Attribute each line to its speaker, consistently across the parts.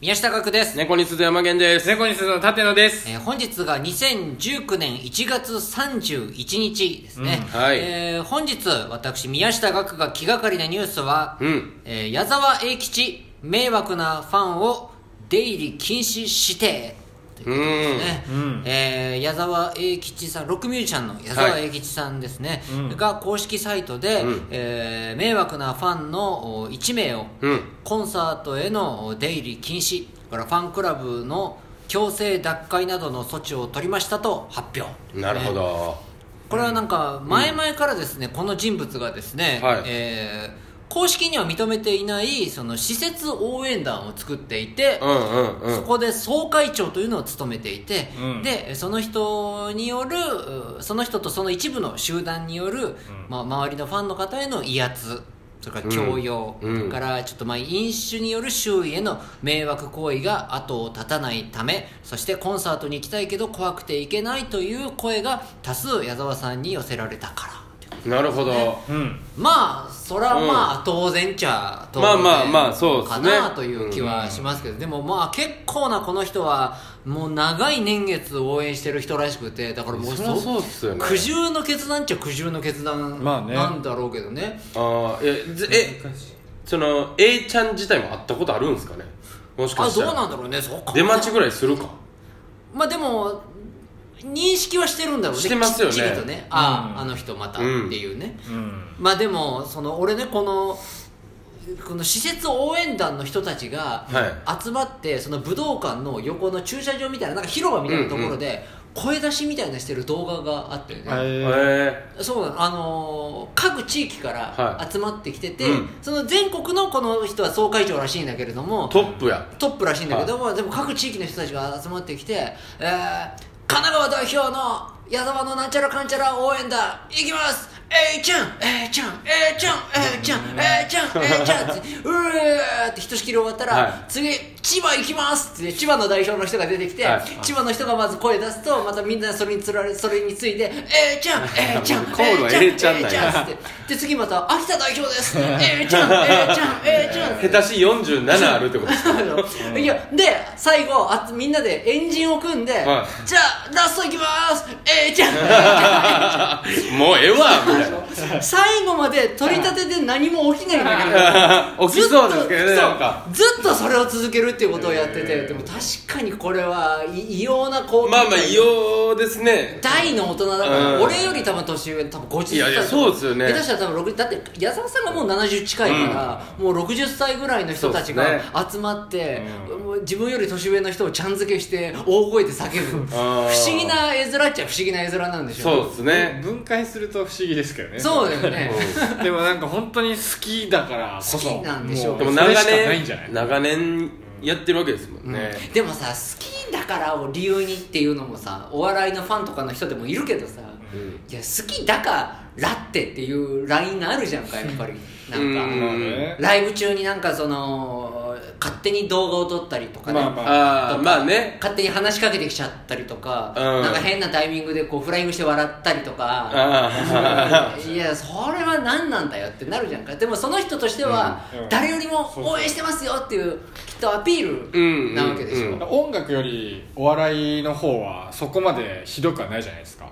Speaker 1: 宮下岳です、
Speaker 2: 猫に鈴山源です。
Speaker 3: 猫にすの舘野です。
Speaker 1: えー本日が2019年1月31日ですね、
Speaker 2: うんはい
Speaker 1: えー本日私宮下岳が気がかりなニュースは、
Speaker 2: うん
Speaker 1: えー矢沢永吉迷惑なファンを出入り禁止してということですね、えー矢沢永吉さんロックミュージシャンの矢沢永吉さんですね、が公式サイトで、えー迷惑なファンの1名を
Speaker 2: うん
Speaker 1: コンサートへの出入り禁止それからファンクラブの強制脱会などの措置を取りましたと発表
Speaker 2: なるほど。
Speaker 1: これはなんか前々からですね、この人物がですね、
Speaker 2: はい
Speaker 1: えー公式には認めていないその施設応援団を作っていて、
Speaker 2: うんうんう
Speaker 1: そ
Speaker 2: ん。
Speaker 1: こで総会長というのを務めていて、
Speaker 3: うん
Speaker 1: でその人によるうその人とその一部の集団による、まあ、周りのファンの方への威圧それから強要、
Speaker 2: うん
Speaker 1: それからちょっとまあ飲酒による周囲への迷惑行為が後を絶たないためそしてコンサートに行きたいけど怖くて行けないという声が多数矢沢さんに寄せられたから
Speaker 2: なるほど。
Speaker 3: うん。
Speaker 1: まあそらまあ、当然ちゃ当然
Speaker 2: まあまあまあそうですね
Speaker 1: かなという気はしますけど、でもまあ結構なこの人はもう長い年月応援してる人らしくてだからもう
Speaker 2: そりゃそうっすよね
Speaker 1: 苦渋の決断っちゃ苦渋の決断
Speaker 3: まあね
Speaker 1: なんだろうけどね,、
Speaker 2: ああ、え、ずえ、その、A ちゃん自体も会ったことあるんですかねもし
Speaker 1: あ
Speaker 2: かし
Speaker 1: ど
Speaker 2: た
Speaker 1: う
Speaker 2: ら。
Speaker 1: なんだろうねそこ
Speaker 2: 出待ちぐらいするか。
Speaker 1: まあでも認識はしてるんだろうね
Speaker 2: してますよね
Speaker 1: きっちりとねああ、あの人またっていうね、
Speaker 3: うん。
Speaker 1: まあでもその俺ねこのこの施設応援団の人たちが
Speaker 2: は
Speaker 1: 集まって、その武道館の横の駐車場みたいななんか広場みたいなところで声出しみたいなしてる動画があってね、
Speaker 2: え
Speaker 3: え
Speaker 2: え。
Speaker 1: そうなのあのー各地域から
Speaker 2: は
Speaker 1: 集まってきてて、
Speaker 2: うん
Speaker 1: その全国のこの人は総会長らしいんだけれども
Speaker 2: トップや。
Speaker 1: トップらしいんだけども、でも各地域の人たちが集まってきて、えー神奈川代表の矢沢のなんちゃらかんちゃら応援団いきますえいちゃんえいちゃんえいちゃんえいちゃんえい ちゃんえいちゃんってうーってひとしきり終わったら、
Speaker 2: はい
Speaker 1: 次千葉行きますって千葉の代表の人が出てきて、
Speaker 2: はい
Speaker 1: 千葉の人がまず声出すとまたみんなそれにつられそれについでえいちゃん えいちゃん
Speaker 2: コールはえいちゃんなんや
Speaker 1: えいっつってで次また秋田代表ですえいちゃんえいちゃんえいちゃんって
Speaker 2: 下手しい47あるってこと ですか
Speaker 1: いやで最後あみんなでエンジンを組んで、
Speaker 2: は
Speaker 1: じゃあラストいきますえー、じゃあ
Speaker 2: もうええわみたい
Speaker 1: 最後まで取り立てて何も起きないんだけど
Speaker 2: な。起きそうですけど
Speaker 1: ず
Speaker 2: ね、
Speaker 1: っと
Speaker 2: なんか。
Speaker 1: そうずっとそれを続けるっていうことをやってて、でも確かにこれはい異様なこう
Speaker 2: まあまあ、異様ですね。
Speaker 1: 大の大人だから、
Speaker 2: うん
Speaker 1: 俺より多分年上多分50歳
Speaker 2: いやいやそうですよね
Speaker 1: 下手したら多分6だって矢沢さんがもう70近いから、もう60歳ぐらいの人たち
Speaker 2: そう
Speaker 1: が
Speaker 2: です
Speaker 1: 集まって、もう自分より年上の人をちゃん付けして大声で叫ぶ不
Speaker 2: あー
Speaker 1: 思議な絵面っちゃ不思議な絵面なんでしょ
Speaker 2: そうですね。
Speaker 3: 分解すると不思議ですけどね。
Speaker 1: そうだよね
Speaker 3: でもなんか本当に好きだからこそ。
Speaker 1: 好きなんでしょう
Speaker 3: も
Speaker 2: でも
Speaker 3: それ
Speaker 2: 長
Speaker 3: しかないんじゃない
Speaker 2: 年、長年やってるわけですもんね。
Speaker 1: でもさ好きだからを理由にっていうのもさお笑いのファンとかの人でもいるけどさ、いや好きだからってっていうラインがあるじゃんかやっぱりなんか、
Speaker 2: うん
Speaker 3: まあね
Speaker 1: ライブ中になんかその勝手に動画を撮ったりとかね、
Speaker 3: まあま
Speaker 2: ああ、まあね。
Speaker 1: 勝手に話しかけてきちゃったりとか、
Speaker 2: うん
Speaker 1: なんか変なタイミングでこうフライングして笑ったりと か、
Speaker 2: あ
Speaker 1: いやそれは何なんだよってなるじゃんかでもその人としては、
Speaker 3: うんうん
Speaker 1: 誰よりも応援してますよっていうきっとアピールなわけでしょ、
Speaker 2: うんうんうん
Speaker 3: 音楽よりお笑いの方はそこまでひどくはないじゃないですか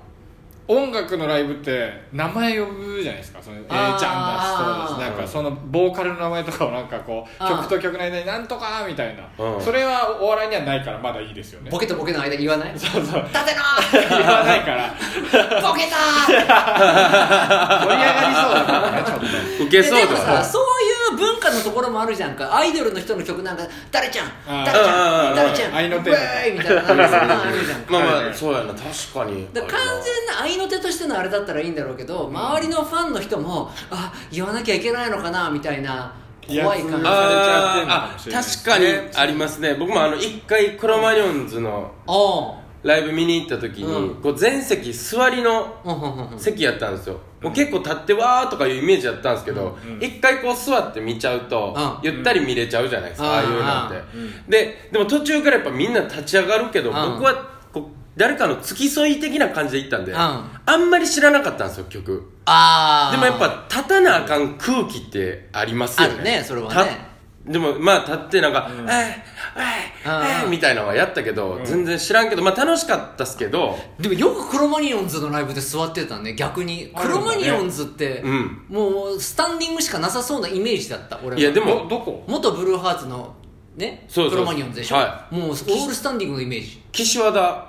Speaker 3: 音楽のライブって名前呼ぶじゃないですかその A ち
Speaker 1: あー
Speaker 3: ゃんだしそうだしなん
Speaker 2: うん
Speaker 3: かそのボーカルの名前とかをなんかこう
Speaker 1: あー
Speaker 3: 曲と曲の間になんとかみたいな
Speaker 2: うん
Speaker 3: それはお笑いにはないからまだいいで すよね
Speaker 1: ボケとボケの間に言わない立て
Speaker 3: そうそう
Speaker 1: な
Speaker 3: 言わないから
Speaker 1: ーボケたー
Speaker 3: 盛り上がりそうだからねちょっと
Speaker 2: あ、受けそう
Speaker 1: で
Speaker 2: だ
Speaker 1: もさ
Speaker 2: わ
Speaker 1: そういう文化のところもあるじゃんかアイドルの人の曲なんか「誰ちゃん
Speaker 3: あー
Speaker 1: 誰ちゃん誰ちゃ
Speaker 2: うん
Speaker 1: ん」
Speaker 3: 愛の手
Speaker 1: ウェーイみたいななんかそんなのあるじゃん
Speaker 2: まあまあ、
Speaker 3: はい
Speaker 2: そうやな確かに
Speaker 1: だから完全な愛の手としてのあれだったらいいんだろうけど周りのファンの人もあ言わなきゃいけないのかなみたいな怖い感じ
Speaker 3: いや
Speaker 1: あ
Speaker 2: あーあ確かにありますね僕もあの一回クロマニオンズの
Speaker 1: あ
Speaker 2: ライブ見に行った時に、
Speaker 1: うん
Speaker 2: こう全席座りの
Speaker 1: うんうんうんうん
Speaker 2: 席やったんですよ、もう結構立ってわーとかいうイメージやったんですけど、一回こう座って見ちゃうと、
Speaker 1: う
Speaker 2: ゆったり見れちゃうじゃないですか、
Speaker 1: うん
Speaker 2: ああいうのって、ででも途中からやっぱみんな立ち上がるけど、
Speaker 1: うん
Speaker 2: 僕はこう誰かの付き添い的な感じで行ったんで、
Speaker 1: うん
Speaker 2: あんまり知らなかったんですよ曲
Speaker 1: あー
Speaker 2: でもやっぱ立たなあかん空気ってありますよね
Speaker 1: あるねそれはね
Speaker 2: 立っでもまあ立ってなんか「えええ
Speaker 1: あ
Speaker 2: え
Speaker 1: ー
Speaker 2: みたいなのはやったけど、全然知らんけどまあ楽しかったっすけど
Speaker 1: でもよくクロマニオンズのライブで座ってたね逆に
Speaker 3: あ
Speaker 1: ク
Speaker 3: るん
Speaker 1: ロ
Speaker 3: だね
Speaker 1: マニオンズって、
Speaker 2: うん
Speaker 1: もうスタンディングしかなさそうなイメージだった俺はい
Speaker 2: やで
Speaker 3: でも
Speaker 2: も
Speaker 3: どこ
Speaker 1: 元ブルーハーツのね
Speaker 2: そうそうそ
Speaker 1: ク
Speaker 2: う
Speaker 1: ロマニオンズでしょ、
Speaker 2: は
Speaker 1: もうオールスタンディングのイメージ
Speaker 2: 岸和田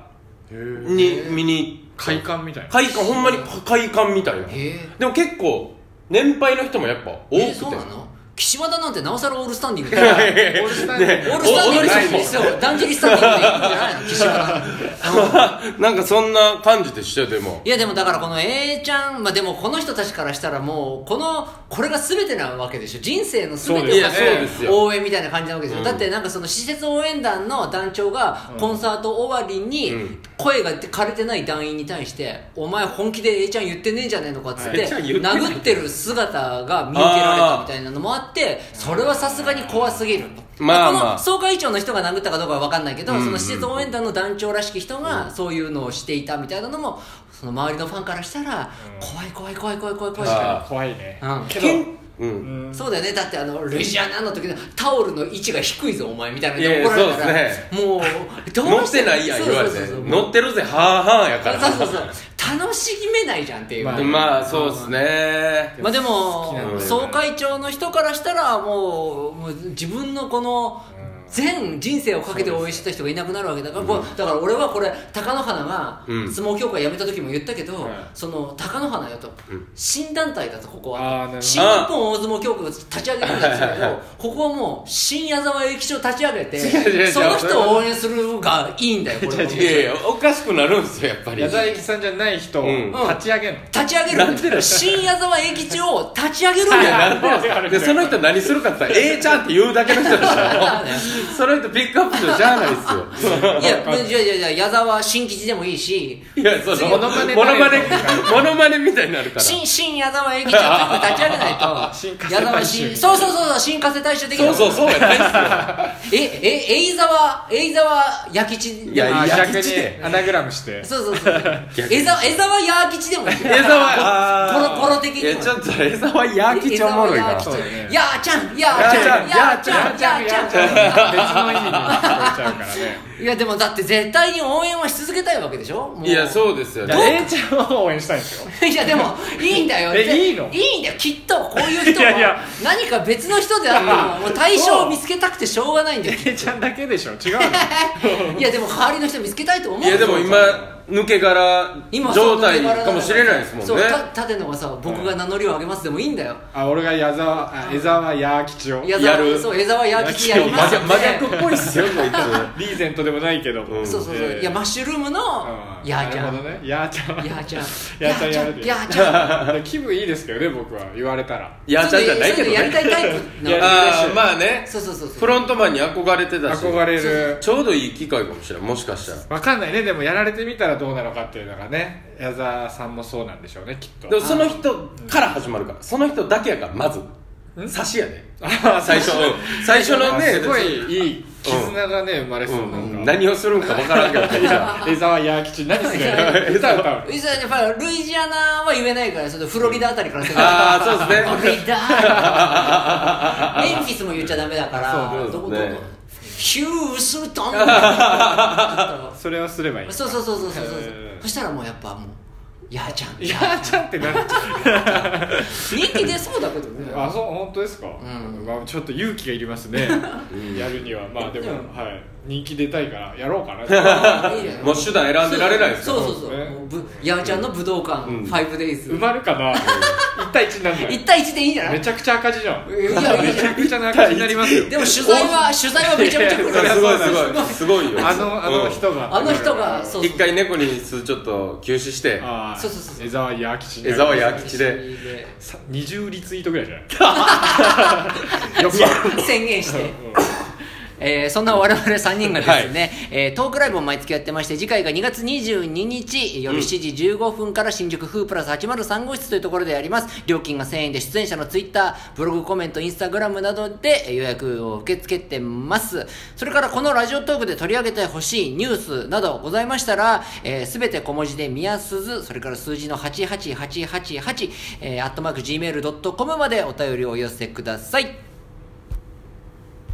Speaker 2: に見に
Speaker 3: 快感みたいな
Speaker 2: 会館ほんまに会館みたい
Speaker 1: へ
Speaker 2: な
Speaker 1: え
Speaker 2: でも結構年配の人もやっぱ多くて、
Speaker 1: えーそうなの岸和田なんてなおさらオールスタンディング
Speaker 3: オールスタイル
Speaker 1: オールスタンディング
Speaker 2: お踊り
Speaker 1: で
Speaker 2: 師
Speaker 1: す よだんじりスタンディングで行くんじゃないの岸和田うん
Speaker 2: なんかそんな感じでしてでも
Speaker 1: いやでもだからこの A ちゃん、まあ、でもこの人たちからしたらもうこのこれが全てなわけでしょ人生の全てをか
Speaker 2: そうですいやそうです
Speaker 1: け
Speaker 2: よ
Speaker 1: 応援みたいな感じなわけですよ、だってなんかその施設応援団の団長がコンサート終わりに
Speaker 2: うん
Speaker 1: 声が枯れてない団員に対して「お前本気で A ちゃん言ってねえじゃねえのか」っつって
Speaker 2: A ちゃん言ってない
Speaker 1: 殴ってる姿が見受けられたみたいなのもあってそれはさすがに怖すぎると。
Speaker 2: まあまあ
Speaker 1: この総会長の人が殴ったかどうかは分かんないけど、その施設応援団の団長らしき人がそういうのをしていたみたいなのもその周りのファンからしたら怖い怖い怖い怖い怖い怖い
Speaker 2: 確
Speaker 1: う
Speaker 2: か
Speaker 3: 怖いね
Speaker 1: ん
Speaker 3: けど
Speaker 2: けんう
Speaker 3: うんん
Speaker 1: そうだよねだってあのルイジアナの時のタオルの位置が低いぞお前みたいなの
Speaker 2: いやい
Speaker 1: で
Speaker 2: や
Speaker 1: 怒られた
Speaker 2: そう
Speaker 1: ら
Speaker 2: です
Speaker 1: もうど
Speaker 2: 乗
Speaker 1: う
Speaker 2: ってないやん言われて
Speaker 1: そうそうそう
Speaker 2: 乗ってるぜはあはあやから
Speaker 1: そうそうそう楽しめないじゃんっていう、
Speaker 3: ま
Speaker 1: ま
Speaker 3: あ
Speaker 1: あ
Speaker 2: でまあそうですね
Speaker 1: でも
Speaker 3: 好きなんだよ
Speaker 2: ね
Speaker 1: 総会長の人からしたらもうもう自分のこの全人生をかけて応援してた人がいなくなるわけだから、こうだから俺はこれ貴乃花が
Speaker 2: うん
Speaker 1: 相撲協会辞めた時も言ったけど、
Speaker 3: はい
Speaker 1: その貴乃花よと、
Speaker 2: うん
Speaker 1: 新団体だとここ
Speaker 3: あーなる
Speaker 1: は
Speaker 3: ほど
Speaker 1: 新日本大相撲協会を立ち上げたんですけどここはもう新矢沢永吉を立ち上げ
Speaker 2: 違う違う違
Speaker 1: て
Speaker 2: う
Speaker 1: その人を応援するがいいんだよこれは
Speaker 2: いやいやおかしくなるんですよやっぱり
Speaker 3: 矢沢永吉さんじゃない人を
Speaker 2: うん
Speaker 3: 立ち上げるの
Speaker 1: 立ち上げるんだよ新矢沢永吉を立ち上げるんだよ
Speaker 2: なるほどでその人何するかって言ったら「ええちゃん」って言うだけの人でしょその人ピックアップしてじゃあないですよ
Speaker 1: いや、いやいやいや、矢沢新吉でもいいし、
Speaker 2: いやその
Speaker 3: モノマネ、
Speaker 2: モノマネモノマネみたいになるから
Speaker 1: 新、新矢沢永吉は立ち上げないと
Speaker 3: 新加瀬
Speaker 1: 矢沢
Speaker 3: 大衆
Speaker 1: 新、そうそうそうそう、新加瀬大衆的な。
Speaker 2: そうそうそうやないっすよ
Speaker 1: え、え、えいざわ、えいざわやきち。
Speaker 2: いや
Speaker 3: あ
Speaker 2: いや
Speaker 3: 逆
Speaker 2: 矢吉で
Speaker 3: にアナグラム して
Speaker 1: そうそうそう。えざ、えざわやきちでもいい。
Speaker 2: 江沢
Speaker 1: コロ コロ的に
Speaker 2: いやちょっと江沢やきちおもろいな
Speaker 1: 江沢
Speaker 3: そうだ
Speaker 1: 矢
Speaker 3: ね
Speaker 1: 吉やーちゃん、やーちゃん、やーちゃん、やーちゃんやーちゃん。
Speaker 3: 別の意味に聞こえちゃうからね
Speaker 1: いや、でもだって絶対に応援はし続けたいわけでしょもう
Speaker 2: いやそうですよ
Speaker 3: い
Speaker 2: ね
Speaker 3: や永ちゃんを応援したいんですよ
Speaker 1: いやでもいいんだよ
Speaker 3: え
Speaker 1: で
Speaker 3: いいの
Speaker 1: いいんだよきっとこういう人
Speaker 3: いやいや
Speaker 1: は何か別の人であってももう対象を見つけたくてしょうがないんだよ
Speaker 3: 永ちゃんだけでしょ違うの
Speaker 1: いやでも代わりの人見つけたいと思う
Speaker 2: い
Speaker 1: よ
Speaker 2: やでも今抜け殻
Speaker 1: 今
Speaker 2: 状態かもしれないですもん
Speaker 1: そう
Speaker 2: ね
Speaker 1: た立野がさ僕が名乗りを上げますでもいいんだよ
Speaker 3: あ俺が矢沢あ江沢矢吉を
Speaker 1: 矢
Speaker 2: や
Speaker 1: 沢
Speaker 2: る
Speaker 1: そう江沢矢吉や
Speaker 2: 真
Speaker 1: ります
Speaker 2: 逆真逆っぽいっすよこいつ
Speaker 3: リーゼントでもないけども
Speaker 2: う ん
Speaker 1: そうそうそう
Speaker 3: ええ
Speaker 1: いやマッシュルームの
Speaker 3: うん
Speaker 1: やーちゃん
Speaker 3: なるほどねやーちゃん
Speaker 1: やー ちゃん
Speaker 3: やーちゃんやるで
Speaker 1: やーちゃん
Speaker 3: 気分いいですけどね僕は言われたら
Speaker 2: やっちゃんじゃないけ
Speaker 1: そうう
Speaker 2: ど
Speaker 1: のやりたい
Speaker 2: ね
Speaker 1: タイプなの
Speaker 2: ああまあね
Speaker 1: そうそうそうそう
Speaker 2: フロントマンに憧れてたし
Speaker 3: 憧れ
Speaker 1: そうそ
Speaker 3: る
Speaker 2: ちょうどいい機会かもしれないもしかしたら
Speaker 3: わかんないねでもやられてみたらどうなのかっていうのがね矢沢さんもそうなんでしょうねきっと
Speaker 2: でもその人から始まるからその人だけやからまず差しやで最初最初のね
Speaker 3: すごいいい絆がね生まれそうな
Speaker 2: うん
Speaker 3: んか
Speaker 2: 何をするんか分からんけどねじゃ あ
Speaker 3: 江沢矢吉何する歌歌う
Speaker 1: いややっぱルイジアナは言えないからそのフロリダあたりから世界
Speaker 2: あーそうですね
Speaker 1: フロリダメンフィスも言っちゃダメだから
Speaker 2: そうですね
Speaker 1: どこどこヒューストン
Speaker 3: それをすればいい
Speaker 1: そうそうそうそうそうそう
Speaker 3: へー
Speaker 1: そしたらもうやっぱもうやーちゃん
Speaker 3: 矢ちゃんってなっちゃう
Speaker 1: 人気出そうだけどね
Speaker 3: あそう本当ですか、
Speaker 1: ん
Speaker 3: まあ、ちょっと勇気がいりますねやるにはまあでも、はい、人気出たいからやろうかな
Speaker 1: いいね
Speaker 2: もう手段選んでられないです
Speaker 1: そ
Speaker 2: から
Speaker 1: うそうそう
Speaker 3: ね
Speaker 1: もうぶやーちゃんの武道館
Speaker 2: うん
Speaker 1: 5days
Speaker 3: 埋まるかな1対1になる
Speaker 1: 1対1でいいんじゃな
Speaker 3: め
Speaker 1: い
Speaker 3: ちゃくちゃ赤字じゃん
Speaker 1: いやいい
Speaker 3: め
Speaker 1: じ
Speaker 3: ち
Speaker 1: ゃ
Speaker 3: ゃくちゃな赤字になりますよ
Speaker 1: んでも取材は取材はめちゃめちゃ来るから
Speaker 2: すごいすごいすごいよ
Speaker 3: あのあの人が、
Speaker 1: あの人がそう
Speaker 2: 一回猫に巣ちょっと休止して
Speaker 3: あー
Speaker 1: そうそうそうそう
Speaker 3: 江沢矢吉
Speaker 2: 江沢矢吉で
Speaker 1: で
Speaker 3: さ20リツイートぐらいじゃ ないよく
Speaker 1: 宣言してえーそんな我々3人がですね、えートークライブを毎月やってまして次回が2月22日夜7時15分から新宿風プラス803号室というところでやります料金が1000円で出演者のツイッターブログコメントインスタグラムなどでえー予約を受け付けてますそれからこのラジオトークで取り上げてほしいニュースなどございましたら、えー、全て小文字で宮鈴それから数字の88888、えー、アットマーク Gmail.com までお便りをお寄せください